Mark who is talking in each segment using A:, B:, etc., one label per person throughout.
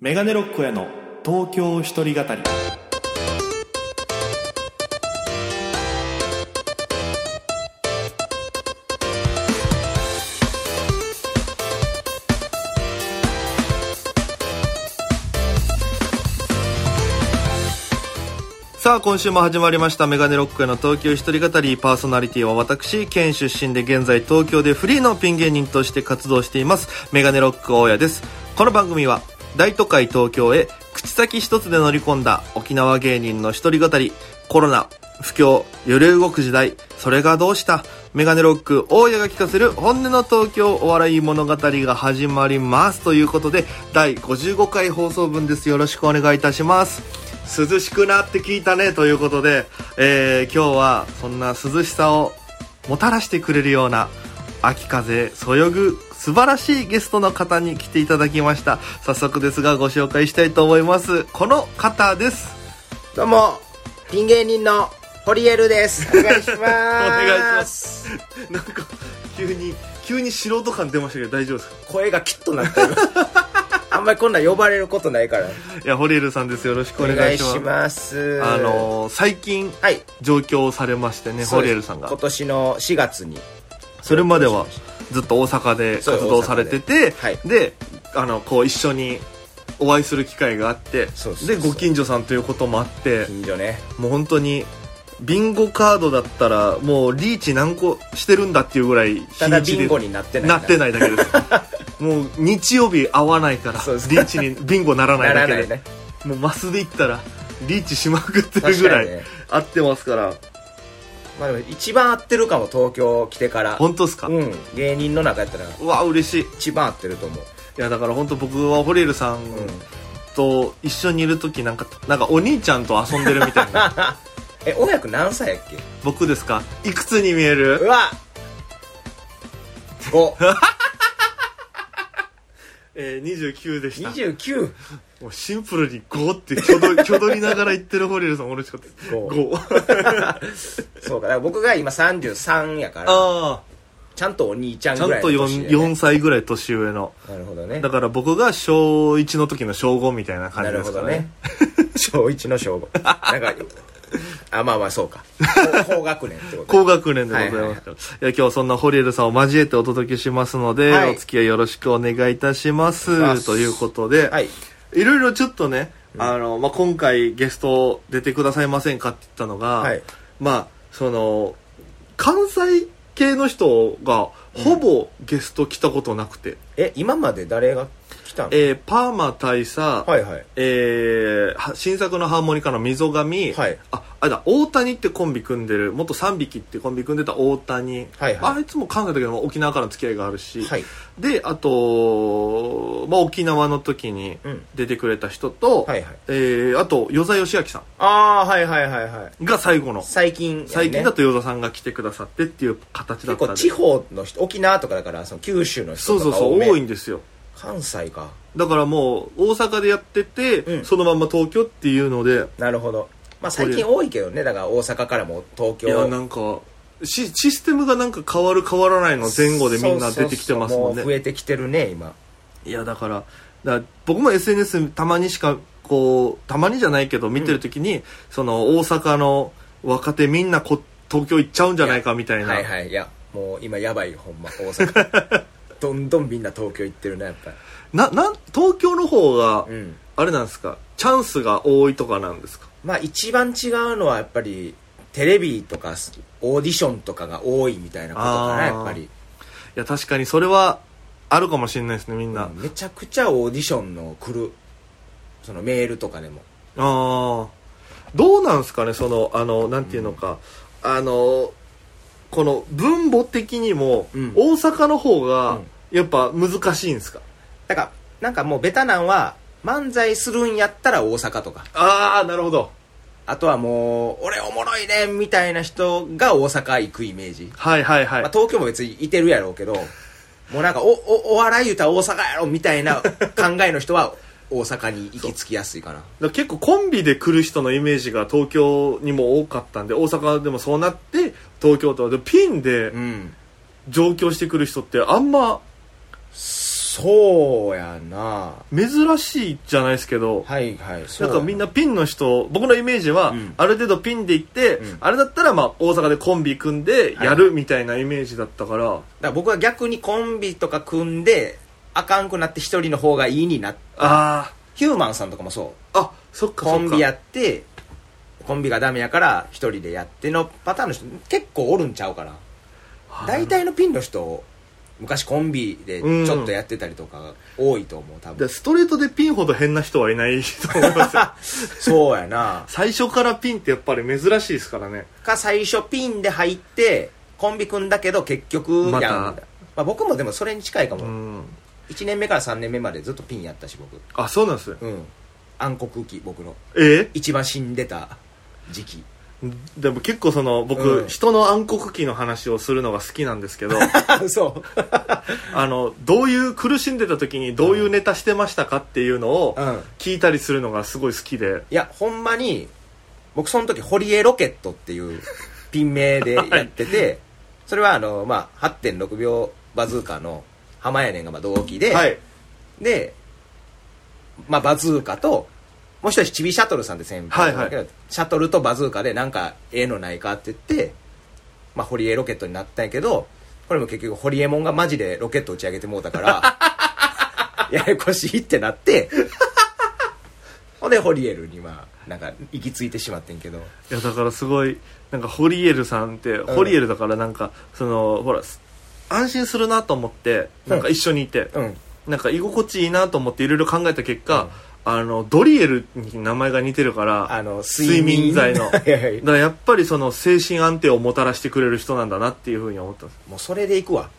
A: メガネロックへの東京一人語り
B: さあ、今週も始まりましたメガネロックへの東京一人語りパーソナリティは私、県出身で現在東京でフリーのピン芸人として活動していますメガネロック大家です。この番組は大都会東京へ口先一つで乗り込んだ沖縄芸人の一人語り、コロナ、不況、揺れ動く時代、それがどうしたメガネロック大家が聞かせる本音の東京お笑い物語が始まります。ということで、第55回放送分です。よろしくお願いいたします。涼しくなって聞いたねということで、えー今日はそんな涼しさをもたらしてくれるような秋風そよぐ素晴らしいゲストの方に来ていただきました早速ですがご紹介したいと思いますこの方です
C: どうも、ピン芸人のホリエルです。お願いします。お。
B: お願いしますなんか急に急に素人感出ましたけど大丈夫ですか
C: 声がキュッと なったよ。あんまりこんなん呼ばれることないから。
B: いやホリエルさんですよろしくお
C: お
B: 願
C: 願
B: い
C: い
B: します
C: します。
B: あ、のー最近
C: はい。
B: 上京されましてね
C: そ
B: ホ
C: うです
B: リエルさんが
C: 今年の4月に。
B: それまではずっと大阪で活動されててで,、
C: はい
B: あのこう一緒にお会いする機会があって
C: そうそうそう
B: でご近所さんということもあって
C: 近所ね。
B: もう本当にビンゴカードだったらもうリーチ何個してるんだっていうぐらい日
C: ただ
B: にち
C: ビ
B: で
C: ンゴになってない。
B: なって
C: い。
B: ないだけです もう日曜日会わないからリ
C: そうそう
B: ーチにビンゴならな
C: ない
B: だ
C: ら
B: け
C: な
B: で
C: いね。
B: もうマスで行ったらリーチしまくってるぐらい
C: 確かにね
B: 合ってますから
C: まあでも一番合ってるかも、東京来てから。
B: 本当ですか、う
C: うん。芸人の中やったら
B: わ嬉しい
C: 一番合ってると思う。
B: いやだから本当僕はホリエルさん
C: うん。
B: と一緒にいる時なんかなんかお兄ちゃんと遊んでるみたい な
C: え、親く何歳やっけ
B: 僕ですかいくつに見え
C: う
B: る
C: わ !5。
B: えー、29でした
C: 29。
B: もうシンプルに5ってちょどちょどりながら言ってるホリエルさん嬉しかったです
C: 五
B: 5
C: そうか、だから僕が今33やから、
B: あ
C: ちゃんとお兄ちゃ
B: あ
C: ん
B: ちゃん
C: ぐらい
B: と
C: の
B: 4,
C: 年、
B: 4歳ぐらい年上の
C: なるほどね。
B: だから僕が小1の時の小5みたいな
C: な
B: 感じ
C: る
B: で
C: ほ
B: す
C: ど
B: かね
C: ね。 小1の小5。なんか、あ、まあまあそうか。高高学年ってこと。
B: 高学年でございますから、いや今日はそんなホリエルさんを交えてお届けしますので、
C: はい
B: お付き合いよろしくお願いいたします
C: お願いします
B: ということで、
C: はい。
B: いろいろちょっとね、あの、まあ、今回ゲスト出てくださいませんかって言ったのが、
C: はい
B: まあ、その、関西系の人がほぼゲスト来たことなくて、
C: え、今まで誰が来たの
B: えーパーマ大佐、
C: はいはい。
B: えーは新作のハーモニカの溝上、
C: はい
B: あ、あれだ、大谷ってコンビ組んでる、元3匹ってコンビ組んでた大谷、
C: はいはい
B: あいつも関西だけど沖縄からの付き合いがあるし、
C: はい。
B: で、あと、まあ、沖縄の時に
C: うん
B: 出てくれた人と、
C: はいはい
B: えーあと、与座義明さ
C: ああ、はいはいはいはい。
B: んが最後の、
C: 最近、ね、
B: 最近だと与座さんが来てくださってっていう形だ
C: 結
B: った
C: 構
B: んで。
C: 地方の人、沖縄とかだから、その九州の
B: そ
C: 人
B: うそ
C: と
B: う
C: か
B: そう、多い
C: い。
B: んですよ。
C: 関西か。
B: だからもう、大阪でやってて、
C: うん
B: そのまんま東京っていうので、
C: なるほど。まあ最近多いけどね、だから大阪からも東
B: いや、
C: 京
B: なんか、シシステムがなんか変わる変わらないの前後でみんな出てきてますもん
C: そうそうそ
B: ね
C: う。増えてきてるね今
B: いやだからだから僕も SNS たまにしかこうたまにじゃないけど見てる時に、その大阪の若手みんなこ東京行っちゃうんじゃないかみたいな
C: はいはいいやもう今やばいよほんま大阪 どんどんみんな東京行ってるなやっぱり
B: ななん東京の方が、
C: うん
B: あれなんですかチャンスが多いとかなんですか
C: まあ一番違うのはやっぱりテレビとかオーディションとかが多いみたいなことかな
B: あー
C: やっぱり、
B: いや確かにそれはあるかもしれないですねみんな、あ
C: めちゃくちゃオーディションの来るそのメールとかでも
B: あどうなんですかねそのあのなんていうのか、あのこの分母的にも、
C: うん
B: 大阪の方が、
C: うん
B: やっぱ難しいんですか
C: だからなんかもうベタなんは漫才するんやったら大阪とか
B: ああなるほど
C: あとはもう俺おもろいねんみたいな人が大阪行くイメージ
B: はいはいはい、
C: まあ、東京も別にいてるやろうけどもうなんかおおお笑い言うたら大阪やろみたい な考えの人は大阪に行き着きやすい かな
B: だから結構コンビで来る人のイメージが東京にも多かったんで大阪でもそうなって東京とでピンで
C: うん
B: 上京してくる人ってあんま
C: そうやな
B: 珍しいじゃないですけど、
C: はいはいそ
B: な
C: うんや
B: かみんなピンの人僕のイメージは、
C: ん
B: ある程度ピンで行って、
C: ん
B: あれだったらまあ大阪でコンビ組んでやるみたいなイメージだったから、
C: だから僕は逆にコンビとか組んであかんくなって一人の方がいいになっ
B: あ
C: ヒューマンさんとかもそう
B: ああそっかそっ
C: コ
B: か
C: ンビやってコンビがダメやから一人でやってのパターンの人結構おるんちゃうかな
B: はい
C: 大体のピンの人昔コンビで
B: うん
C: ちょっとやってたりとか多いと思う多
B: で
C: 分
B: ストレートでピンほど変な人はいないと思い ますよ
C: そうやな
B: 最初からピンってやっぱり珍しいですからね
C: か最初ピンで入ってコンビ組んだけど結局やん
B: また
C: まあ、僕もでもそれに近いかも、
B: うん
C: 1年目から3年目までずっとピンやったし僕
B: あそうなんですね
C: うん暗黒期僕の
B: え
C: 一番死んでた 時期
B: でも結構その僕、
C: うん
B: 人の暗黒期の話をするのが好きなんですけ ど
C: そう
B: あのどういう苦しんでた時にどういうネタしてましたかっていうのを
C: うん
B: 聞いたりするのがすごい好きで
C: いやほんまに僕その時堀江ロケットっていうピン名でやってて、それはあのまあ8.6秒バズーカの浜やねんがまあ同期で、
B: はい
C: で、まあ、バズーカと、もう一人ちびシャトルさんで先輩なんだけど、
B: は
C: シャトルとバズーカでなんかええのないかって言って、まあ、堀江ロケットになったんやけど、これも結局堀江門がマジでロケット打ち上げてもうたから、 ややこしいってなって、ほんで堀江ルにまあ、なんか行き着いてしまってんけど、
B: いやだからすごいなんかホリエルさんって、ホリエルだからなんかそのほらす安心するなと思ってなんか一緒にいて、
C: うん。
B: なんか居心地いいなと思っていろいろ考えた結果、あのドリエルに名前が似てるから
C: あの、
B: 睡眠剤の
C: は
B: だか
C: いはい
B: らやっぱりその精神安定をもたらしてくれる人なんだなっていうふうに思ったんです
C: もうそれで行 くわ。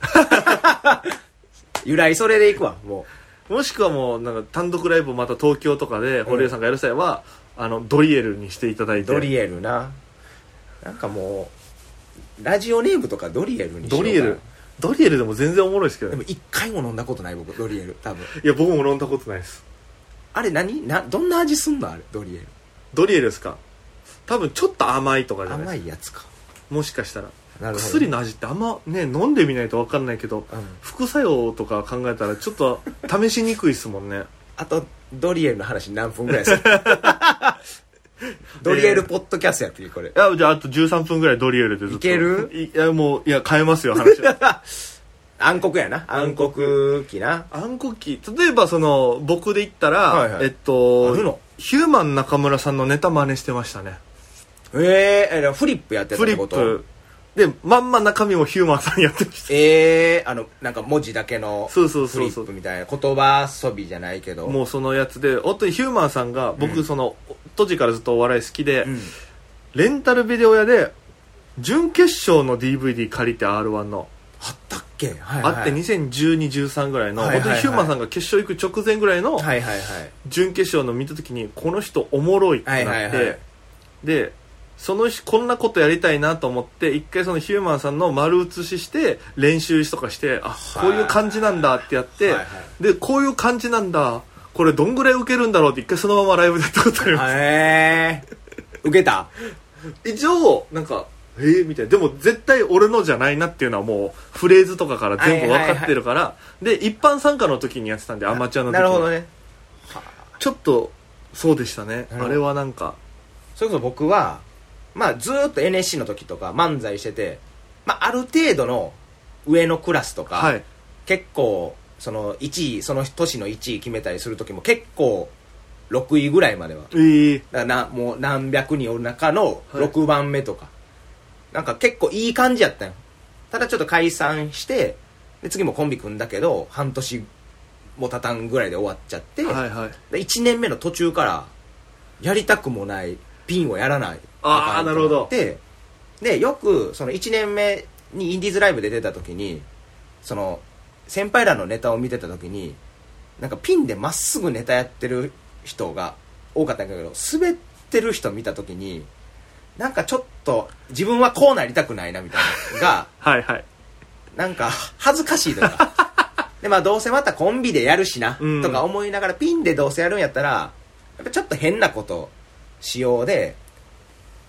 C: 由来それで行くわ、もう。
B: もしくはもうなんか単独ライブをまた東京とかで堀江さんがやる際は、あのドリエルにしていただいて
C: ドリエルななんかもうラジオネームとかドリエルにしよう
B: ド
C: かな
B: リエルドリエルでも全然おもろいですけど
C: で
B: ね
C: も一回も飲んだことない僕ドリエル多分
B: いや僕も飲んだことないです
C: あれ何などんな味すんのあれドリエル
B: ドリエルですか多分ちょっと甘いとかじゃない
C: 甘
B: です
C: いやつか
B: かもしかしたら
C: なるほど
B: 薬の味ってあんまね飲んでみないと分かんないけど、
C: うん
B: 副作用とか考えたらちょっと試しにくいですもんね
C: あとドリエルの話何分ぐ らいするドリエルポッドキャストやっていいこれ
B: いやじゃああと13分ぐらいドリエルでずっと
C: いける
B: いいやもういや変えますよ話は
C: 暗黒やな暗黒期な
B: 暗黒期例えばその僕で言ったら、
C: はいはい
B: えっと
C: あるの
B: ヒューマン中村さんのネタ真似してましたね
C: ええフリップやってたっ
B: フリ
C: て
B: ッ
C: こと
B: プでまんま中身もヒューマンさんやってました
C: ええあのなんか文字だけのフ
B: そ
C: リ
B: うそうそうそ
C: ッ
B: う
C: プみたいな言葉遊びじゃないけど
B: もうそのやつで本当にヒューマンさんが僕その、当時からずっとお笑い好きで、
C: うん
B: レンタルビデオ屋で準決勝の DVD 借りて r 1の、
C: あったっけ、はいはい、
B: あって201213ぐらいの、
C: はいはいはい
B: 本当にヒューマンさんが決勝行く直前ぐらいの
C: はいはいはい
B: 準決勝の見た時にこの人おもろいってなって、
C: はいはいはい
B: でその日こんなことやりたいなと思って一回そのヒューマンさんの丸写しして練習とかしてあこういう感じなんだってやって、
C: はいは
B: でこういう感じなんだこれどんぐらいウケるんだろうって一回そのままライブでやったことあります
C: へえー、受けた
B: 一応なんかえー、みたいなでも絶対俺のじゃないなっていうのはもうフレーズとかから全部分かってるから、で一般参加の時にやってたんでアマチュアの時
C: なるほどね
B: ちょっとそうでしたね
C: なるほど
B: あれはなんか
C: それこそ僕はまあずーっと NSC の時とか漫才してて、まあ、ある程度の上のクラスとか、
B: はい
C: 結構その1位その年の1位決めたりする時も結構6位ぐらいまでは
B: えー、
C: だからなもう何百人おる中の
B: はい
C: 6番目とか、なんか結構いい感じやったんよただちょっと解散してで次もコンビ組んだけど半年もたたんぐらいで終わっちゃって、
B: はいはい
C: 1年目の途中からやりたくもないピンをやらない
B: あーなるほど
C: ででよくその1年目にインディーズライブで出た時にその先輩らのネタを見てた時になんかピンでまっすぐネタやってる人が多かったんだけど滑ってる人見た時になんかちょっと自分はこうなりたくないなみたいなのが
B: はいはい
C: なんか恥ずかしい とかでまあどうせまたコンビでやるしな
B: うん
C: とか思いながらピンでどうせやるんやったらやっぱちょっと変なことしようで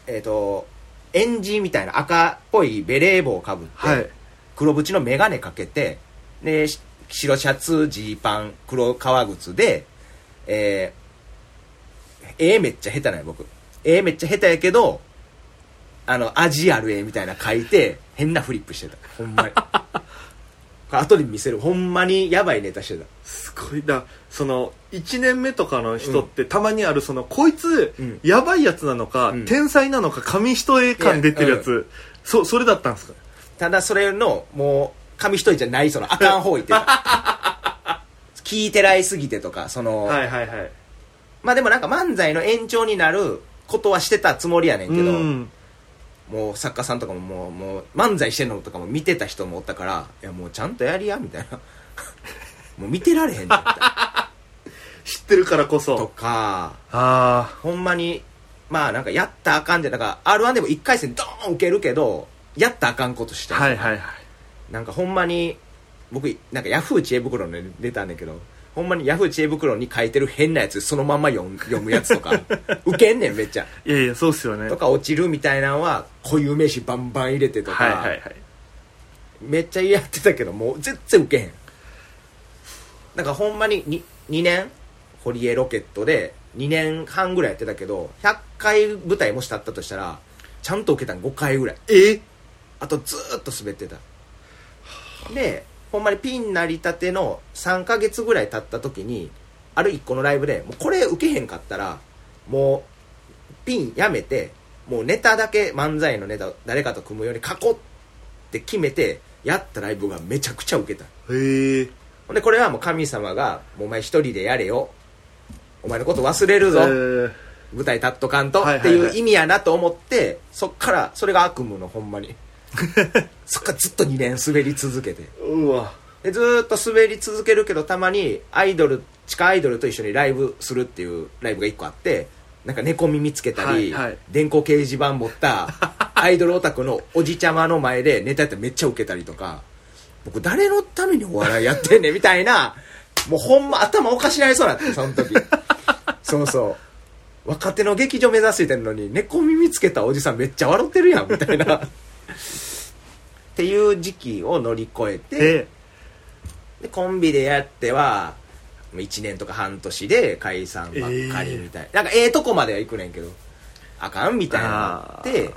C: えっ、とエンジみたいな赤っぽいベレー帽をかぶって、
B: はい
C: 黒縁の眼鏡かけてでし白シャツジーパン黒革靴でえー、絵めっちゃ下手なんや僕絵めっちゃ下手やけどあの味ある絵みたいな書いて変なフリップしてたほんまに これ後で見せるほんまにやばいネタしてた
B: すごいだその1年目とかの人って、たまにあるそのこいつ、
C: うん
B: やばいやつなのか、
C: うん
B: 天才なのか紙一重感出てるやつ、
C: いや
B: そそれだったんですか
C: ただそれのもう紙一重じゃないそのあかん方言ってた 聞いてらいすぎてとかその、
B: はいはいはい
C: まあでもなんか漫才の延長になることはしてたつもりやねんけど、
B: うん
C: もう作家さんとかももうもう漫才してんのとかも見てた人もおったからいやもうちゃんとやりやみたいな もう見てられへんじゃんみたいな
B: 知ってるからこそ
C: とか
B: あ
C: ほんまにまあなんかやったらあかんじゃなんか r 1でも1回戦ドーン受けるけどやったらあかんことし
B: あ
C: て、
B: はいはいはい
C: なんかほんまに僕なんかヤフー知恵袋の出たんだけどほんまにヤフー知恵袋に書いてる変なやつそのまんま読む読むやつと か受けんねんめっちゃ
B: いやいやそうっすよね
C: とか落ちるみたいなのは固有名詞バンバン入れてとか、
B: はいはいはい
C: めっちゃやってたけどもう全然ウケへんなんかほんまに 2, 2年堀江ロケットで2年半ぐらいやってたけど100回舞台もし立ったとしたらちゃんと受けたん5回ぐらい
B: え
C: あとずーっと滑ってたでほんまにピンなりたての3ヶ月ぐらい経った時にある1個のライブでもうこれ受けへんかったらもうピンやめてもうネタだけ漫才のネタを誰かと組むように囲って決めてやったライブがめちゃくちゃ受けた
B: へえ
C: ほんでこれはもう神様が「もうお前一人でやれよお前のこと忘れるぞ」舞台立っとかんと
B: はい
C: っ
B: はいはい
C: ていう意味やなと思って、そっからそれが悪夢のほん まにそっからずっと2年滑り続けて
B: うわ
C: でずーっと滑り続けるけどたまにアイドル地下アイドルと一緒にライブするっていうライブが1個あってなんか猫耳つけたり、
B: はいはい
C: 電光掲示板持ったアイドルオタクのおじちゃまの前でネタやってめっちゃウケたりとか僕誰のためにお笑いやってんねんみたいなもうほんま頭おかしなりそうになってその時そうそう若手の劇場目指してんのに猫耳つけたおじさんめっちゃ笑ってるやんみたいなっていう時期を乗り越えて
B: え
C: でコンビでやっては1年とか半年で解散ばっかりみたいな、なんかええとこまでは行くねんけどあかんみたいなのがあって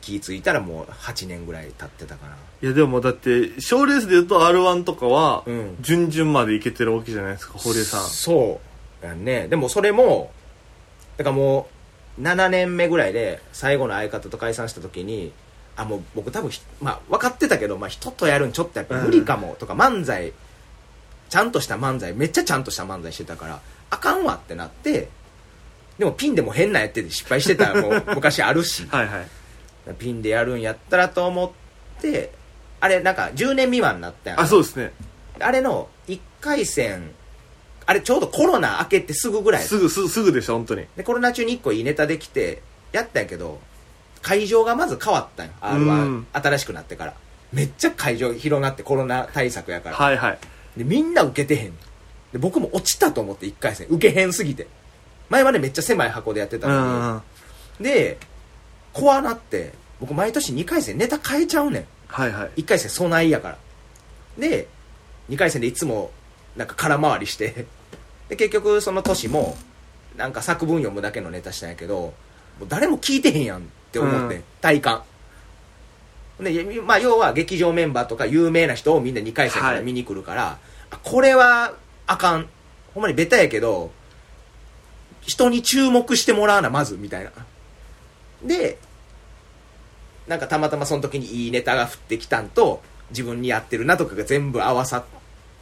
C: 気ぃ付いたらもう8年ぐらい経ってたかない
B: やでもだって賞レースで言うと r 1とかは
C: うん
B: 準々までいけてるわけじゃないですか堀江さん
C: そうやんねでもそれもだからもう7年目ぐらいで最後の相方と解散した時にあもう僕多分ひ、まあ、分かってたけど、まあ、人とやるんちょっとやっぱ無理かもとか、漫才ちゃんとした漫才めっちゃちゃんとした漫才してたからあかんわってなってでもピンでも変なやってて失敗してたもう昔あるし
B: はいはい
C: ピンでやるんやったらと思ってあれなんか10年未満になったやん
B: あそうですね
C: あれの1回戦、あれちょうどコロナ明けてすぐぐらい。
B: すぐすすぐでした本当に
C: で、コロナ中に1個いいネタできて、やったんやけど、会場がまず変わったんよ。あ
B: う
C: の
B: ん
C: 新しくなってから。めっちゃ会場広がってコロナ対策やから。
B: はいはい
C: で、みんな受けてへん。で、僕も落ちたと思って1回戦。受けへんすぎて。前までめっちゃ狭い箱でやってた
B: うんうん
C: の
B: うん
C: に。で、怖なって、僕毎年2回戦ネタ変えちゃうねん。
B: はいはい
C: 1回戦備えやからで2回戦でいつもなんか空回りして で結局その年もなんか作文読むだけのネタしたんやけどもう誰も聞いてへんやんって思って、
B: うん
C: 体感で、まあ、要は劇場メンバーとか有名な人をみんな2回戦から見に来るから、あこれはあかんほんまにベタやけど人に注目してもらうなまずみたいなでなんかたまたまその時にいいネタが降ってきたんと自分にやってるなとかが全部合わさっ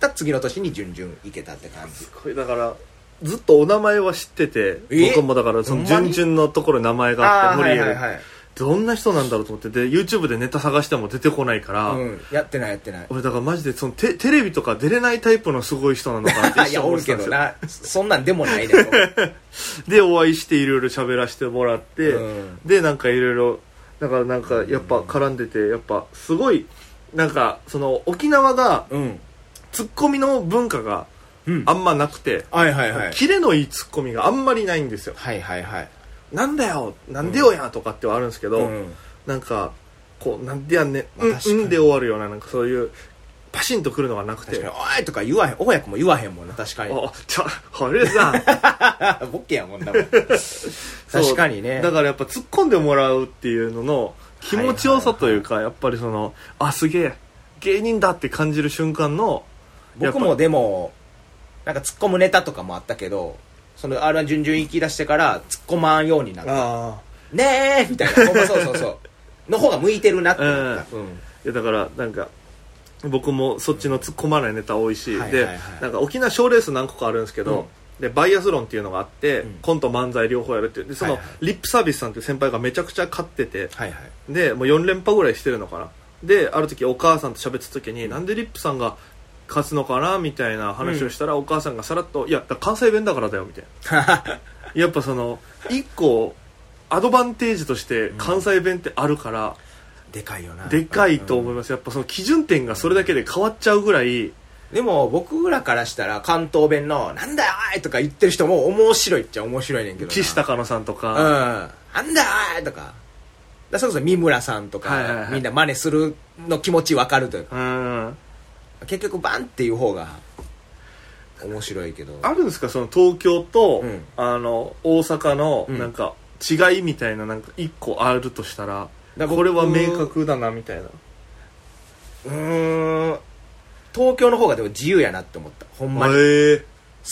C: た次の年に順々いけたって感じ
B: これだからずっとお名前は知ってて
C: え
B: 僕もだからその
C: ほんまに
B: 準々のところに名前があって
C: ーは
B: 堀
C: い
B: 江
C: は
B: で
C: いはい、
B: どんな人なんだろうと思ってで YouTube でネタ探しても出てこないから、
C: うん、やってないやってない
B: 俺だからマジでそのテテレビとか出れないタイプのすごい人なのかなって
C: い
B: 一
C: や
B: 瞬
C: お
B: 思っ
C: る
B: てた
C: け
B: んで
C: ど
B: すよ
C: なそんなんでもないだろ
B: でお会いしていろいろ喋らせてもらって、
C: うん
B: でなんかいろいろだからなんかやっぱ絡んでてやっぱすごいなんかその沖縄が
C: うん
B: ツッコミの文化が
C: うん
B: あんまなくて、
C: はいはいはい
B: キレのいいツッコミがあんまりないんですよ
C: はいはいはい
B: なんだよなんでよやとかってはあるんですけど、
C: うん
B: なんかこうなんでやんねん、
C: まあ確か
B: う
C: に
B: んうんで終わるようななんかそういうパシンとくるのがなくて
C: 確かに「おい!」とか言わへん親子も言わへんもんな確かに
B: あちょ春江さん
C: ボケやもんなもん確
B: そう
C: かにね
B: だからやっぱ突っ込んでもらうっていうのの気持ちよさというか、やっぱりそのあすげえ芸人だって感じる瞬間のやっぱ
C: 僕もでもなんか突っ込むネタとかもあったけどその r 1順々行き出してから突っ込まんようになった
B: あ
C: 「ねえ!」みたいなほんまそうそうそうの方が向いてるなって思った、うん
B: いやだからなんか僕もそっちの突っ込まないネタ多いし、
C: はいはい
B: で
C: はい
B: なんか沖縄賞ーレース何個かあるんですけど、でバイアスロンっていうのがあって、
C: ん
B: コント漫才両方やるっていうでその、
C: はいはい
B: リップサービスさんっていう先輩がめちゃくちゃ勝ってて、
C: はいはい
B: でもう4連覇ぐらいしてるのかなである時お母さんと喋ってた時に、なんでリップさんが勝つのかなみたいな話をしたら、お母さんがさらっと「いやだから関西弁だからだよ」みたい なやっぱその一個アドバンテージとして関西弁ってあるから、
C: でかいよな
B: でかいと思いますやっぱその基準点がそれだけで変わっちゃうぐらい
C: でも僕らからしたら関東弁の「なんだよおい!」とか言ってる人も面白いっちゃ面白いねんけどな
B: 岸高野さんと
C: うん「
B: か、
C: なんだよおい!」とかだからそれこそ三村さんとか、
B: はいはいはい
C: みんな真似するの気持ちわかるというか
B: うん、
C: 結局バンっていう方が面白いけど
B: あるんですかその東京と、
C: うん
B: あの大阪の
C: うん
B: なんか違いみたいななんか一個あるとしたら
C: だから僕
B: これは明確だなみたいな
C: うーん東京の方がでも自由やなって思ったほんまに好
B: へえ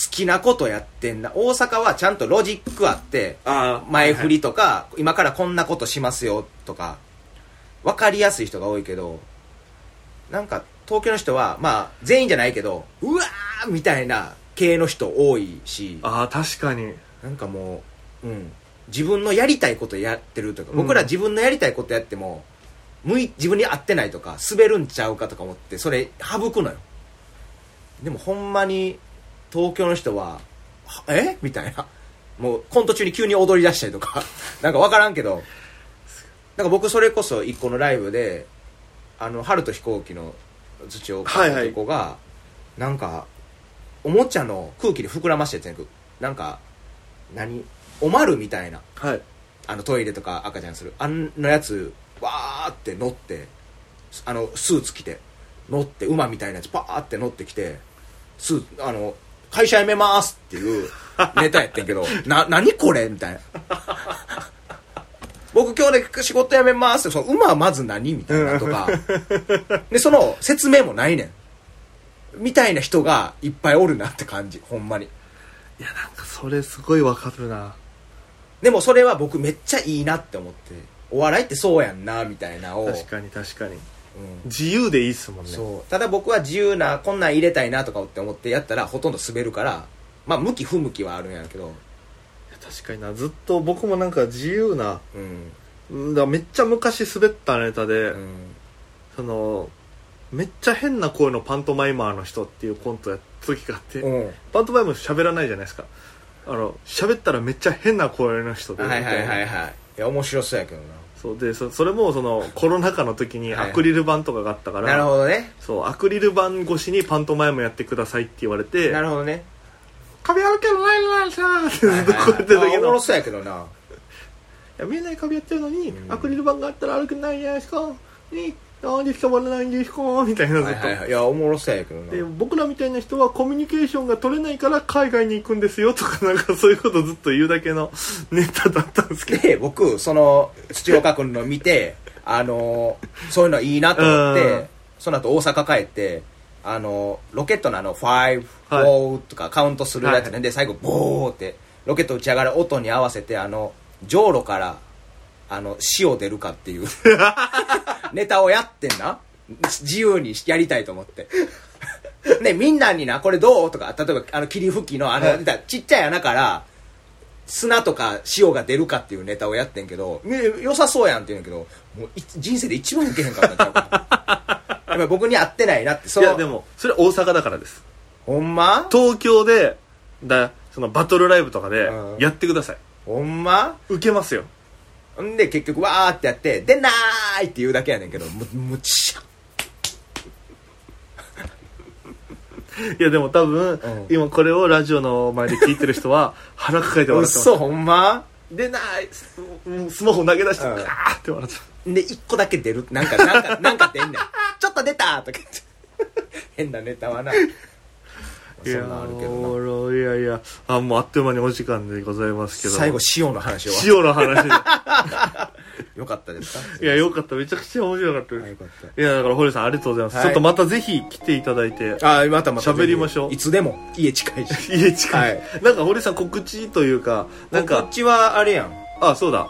C: きなことやってんな大阪はちゃんとロジックあって
B: あー
C: 前振りとか、今からこんなことしますよとか分かりやすい人が多いけどなんか東京の人はまあ全員じゃないけどうわーみたいな系の人多いし
B: あー確かに
C: なんかもう、うん、自分のやりたいことやってるとか、僕ら自分のやりたいことやっても向い自分に合ってないとか滑るんちゃうかとか思ってそれ省くのよでもほんまに東京の人ははえみたいなもうコント中に急に踊り出したりとか なんか分からんけどなんか僕それこそ一個のライブであの春と飛行機の土を買った子が、なんかおもちゃの空気で膨らまして全部なんか何おまるみたいな
B: はい
C: あのトイレとか赤ちゃんするあんのやつわーって乗ってすあのスーツ着て乗って馬みたいなやつパーって乗ってきてスーツあの会社辞めますっていうネタやってんけど な何これみたいな 僕今日で仕事辞めますってその馬はまず何みたいなとかでその説明もないねんみたいな人がいっぱいおるなって感じほんまに
B: いやなんかそれすごいわかるな
C: でもそれは僕めっちゃいいなって思ってお笑いってそうやんなみたいなを、
B: 確かに確かに
C: う
B: 自由でいいっすもん
C: ん
B: ね
C: そうただ僕は自由なこんなん入れたいなとかって思ってやったらほとんど滑るからまあ向き不向きはあるんやけ
B: い
C: ど
B: や確かになずっと僕もなんか自由な
C: うん、
B: うんだからめっちゃ昔滑ったネタで、
C: うん、
B: そのめっちゃ変な声のパントマイマーの人っていうコントやった時があって、
C: うん
B: パントマイム喋らないじゃないですかあの喋ったらめっちゃ変な声の人で、
C: はいはいはい
B: みたな
C: はいいや面白そうやけど
B: そうでそそれもそのコロナ禍の時に
C: はい
B: アクリル板とかがあったから、
C: ななるほどね
B: そうアクリル板越しにパントマイムやってくださいって言われて
C: なるほどね
B: 「カビあるけどないのないさ」ってずっ とこうやって
C: あ
B: た
C: お
B: け
C: も
B: ど
C: ろそう やけどない
B: や見えないカビやってるのに、
C: うん
B: アクリル板があったら歩くないじゃないですかになんで伝わらないんですかみたいなずっと、
C: はいはいはいいやおもろそうやけどな
B: で僕らみたいな人はコミュニケーションが取れないから海外に行くんですよとかなん かそういうことずっと言うだけのネタだったんですけど
C: で僕その土岡君の見てあのそういうのいいなと思っ
B: うん
C: てその後大阪帰ってあのロケットのあの「ファイブフ
B: はい
C: ォーとかカウントするやつね、
B: は
C: で最後ボーってロケット打ち上がる音に合わせてあの上路からあの塩出るかっ ていうネタをやってんな自由にやりたいと思って ねみんなになこれどうとか例えばあの霧吹きのあの、ちっちゃい穴から砂とか塩が出るかっていうネタをやってんけどみ良さそうやんって言うんやけどもうい人生で一番ウケへんかったんちゃうかなやっぱり僕に合ってないなってそ
B: い
C: の
B: やでもそれ大阪だからです
C: ほんま
B: 東京でだそのバトルライブとかで
C: うん
B: やってください、
C: ほんま
B: 受けますよ
C: んで結局わーってやって「出なーい!」って言うだけやねんけどむむちゃ
B: いやでも多分、
C: ん
B: 今これをラジオの前で聞いてる人 は腹抱えて
C: うっ
B: 笑ってます
C: そほんま
B: 出ないスうんスマホ投げ出して
C: うん
B: ガーって笑ってます
C: で一個だけ出るなんかなんかなんか出んねんちょっと出たーとか言って 変なネタはな
B: い
C: そ
B: や
C: んなんあるけ
B: ーお
C: ど
B: も
C: な
B: ろいいやいやあもうあっという間にお時間でございますけど
C: 最後塩の話は
B: 塩の話
C: よかったですか
B: いやよかっためちゃくちゃ面白かったです、
C: あよかっ
B: いやだから堀さんありがとうございます、
C: はい
B: ちょっとまたぜひ来ていただいて
C: たあまたまた
B: 喋りましょう
C: いつでも家近いし
B: 家近い、
C: は
B: なんか堀さん告知というかなん
C: こっ
B: か
C: ちはあれやん
B: あそうだ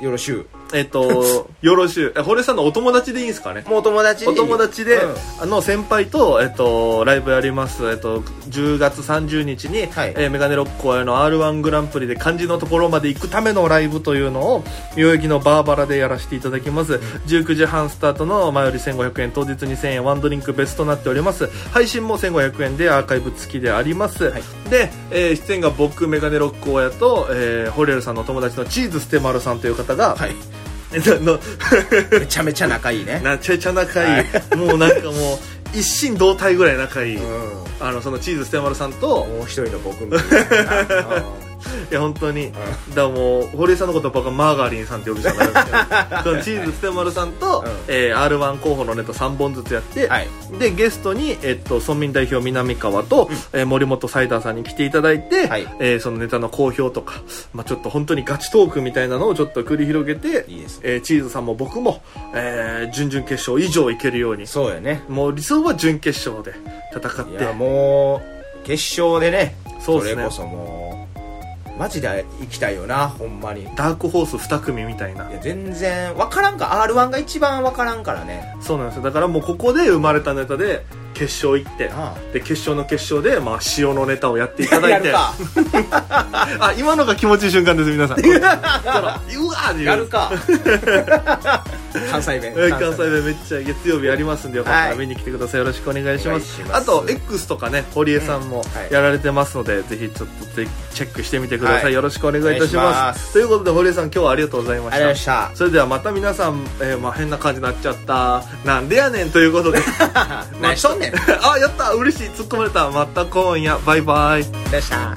C: よろしゅ
B: えっ とよろしゅうえ堀さんのお友達でいいんですかね
C: うもう友達
B: お友達で、
C: うん
B: あの先輩と、えっと、ライブやります、えっと、10月30日に、
C: はい
B: えーメガネロック公演の r 1グランプリで漢字のところまで行くためのライブというのを代々木のバーバラでやらせていただきます、19時半スタートの前より1500円当日2000円ワンドリンクベストとなっております配信も1500円でアーカイブ付きであります、
C: はい
B: で、えー出演が僕メガネロック親と、えー、ホリエルさんのお友達のチーズステマルさんという方が、
C: はい
B: の
C: めちゃめちゃ仲い いね
B: なちゃちゃ仲いい、もうなんかもう一心同体ぐらい仲いい、
C: う
B: あのそのチーズステマルさんと
C: んもう一人の僕みたいな
B: いや本当に、だからもう堀江さんのことは僕はマーガリンさんって呼びそうになるんですけど そのチーズステマルさんと、
C: うん
B: え r 1候補のネタ3本ずつやって、
C: はい
B: でゲストに、えっと、村民代表南川と、えー森本サイダーさんに来ていただいて、
C: はい
B: えーそのネタの好評とか、まあ、ちょっと本当にガチトークみたいなのをちょっと繰り広げて
C: いいですね
B: えーチーズさんも僕も、えー準々決勝以上いけるように
C: そうやね
B: もう理想は準決勝で戦っ
C: い
B: て
C: やもう決勝でね
B: そうっすね
C: れこそもうマジで行きたいよなほんまにい
B: ダークホース2組みたいな
C: や全然分からんか r 1が一番分からんからね
B: そうなんですよだからもうここで生まれたネタで決勝行って
C: あ
B: で決勝の決勝で、まあ、塩のネタをやっていただいて
C: やるか
B: あ今のが気持ちいい瞬間です 皆さんだからうわーっていう
C: やる か関西弁
B: えー関西でめっちゃ月曜日やりますんでよかったら見に来てください、よろしくお願いします
C: お願いします
B: あと X とかね堀江さんも
C: はい
B: やられてますので、ぜひちょっとぜひチェックしてみてください、
C: はい
B: よろしくお願いいたし
C: お願いし
B: ま
C: ますす
B: ということで堀江さん今日はありがとうございま
C: あ
B: し
C: りがとうござい
B: た
C: ました
B: それではまた皆さん、えーまあ、変な感じになっちゃったなんでやねんということで
C: 何しとんね ん
B: あやった嬉しい突っ込まれたまた今夜バイバイ
C: でした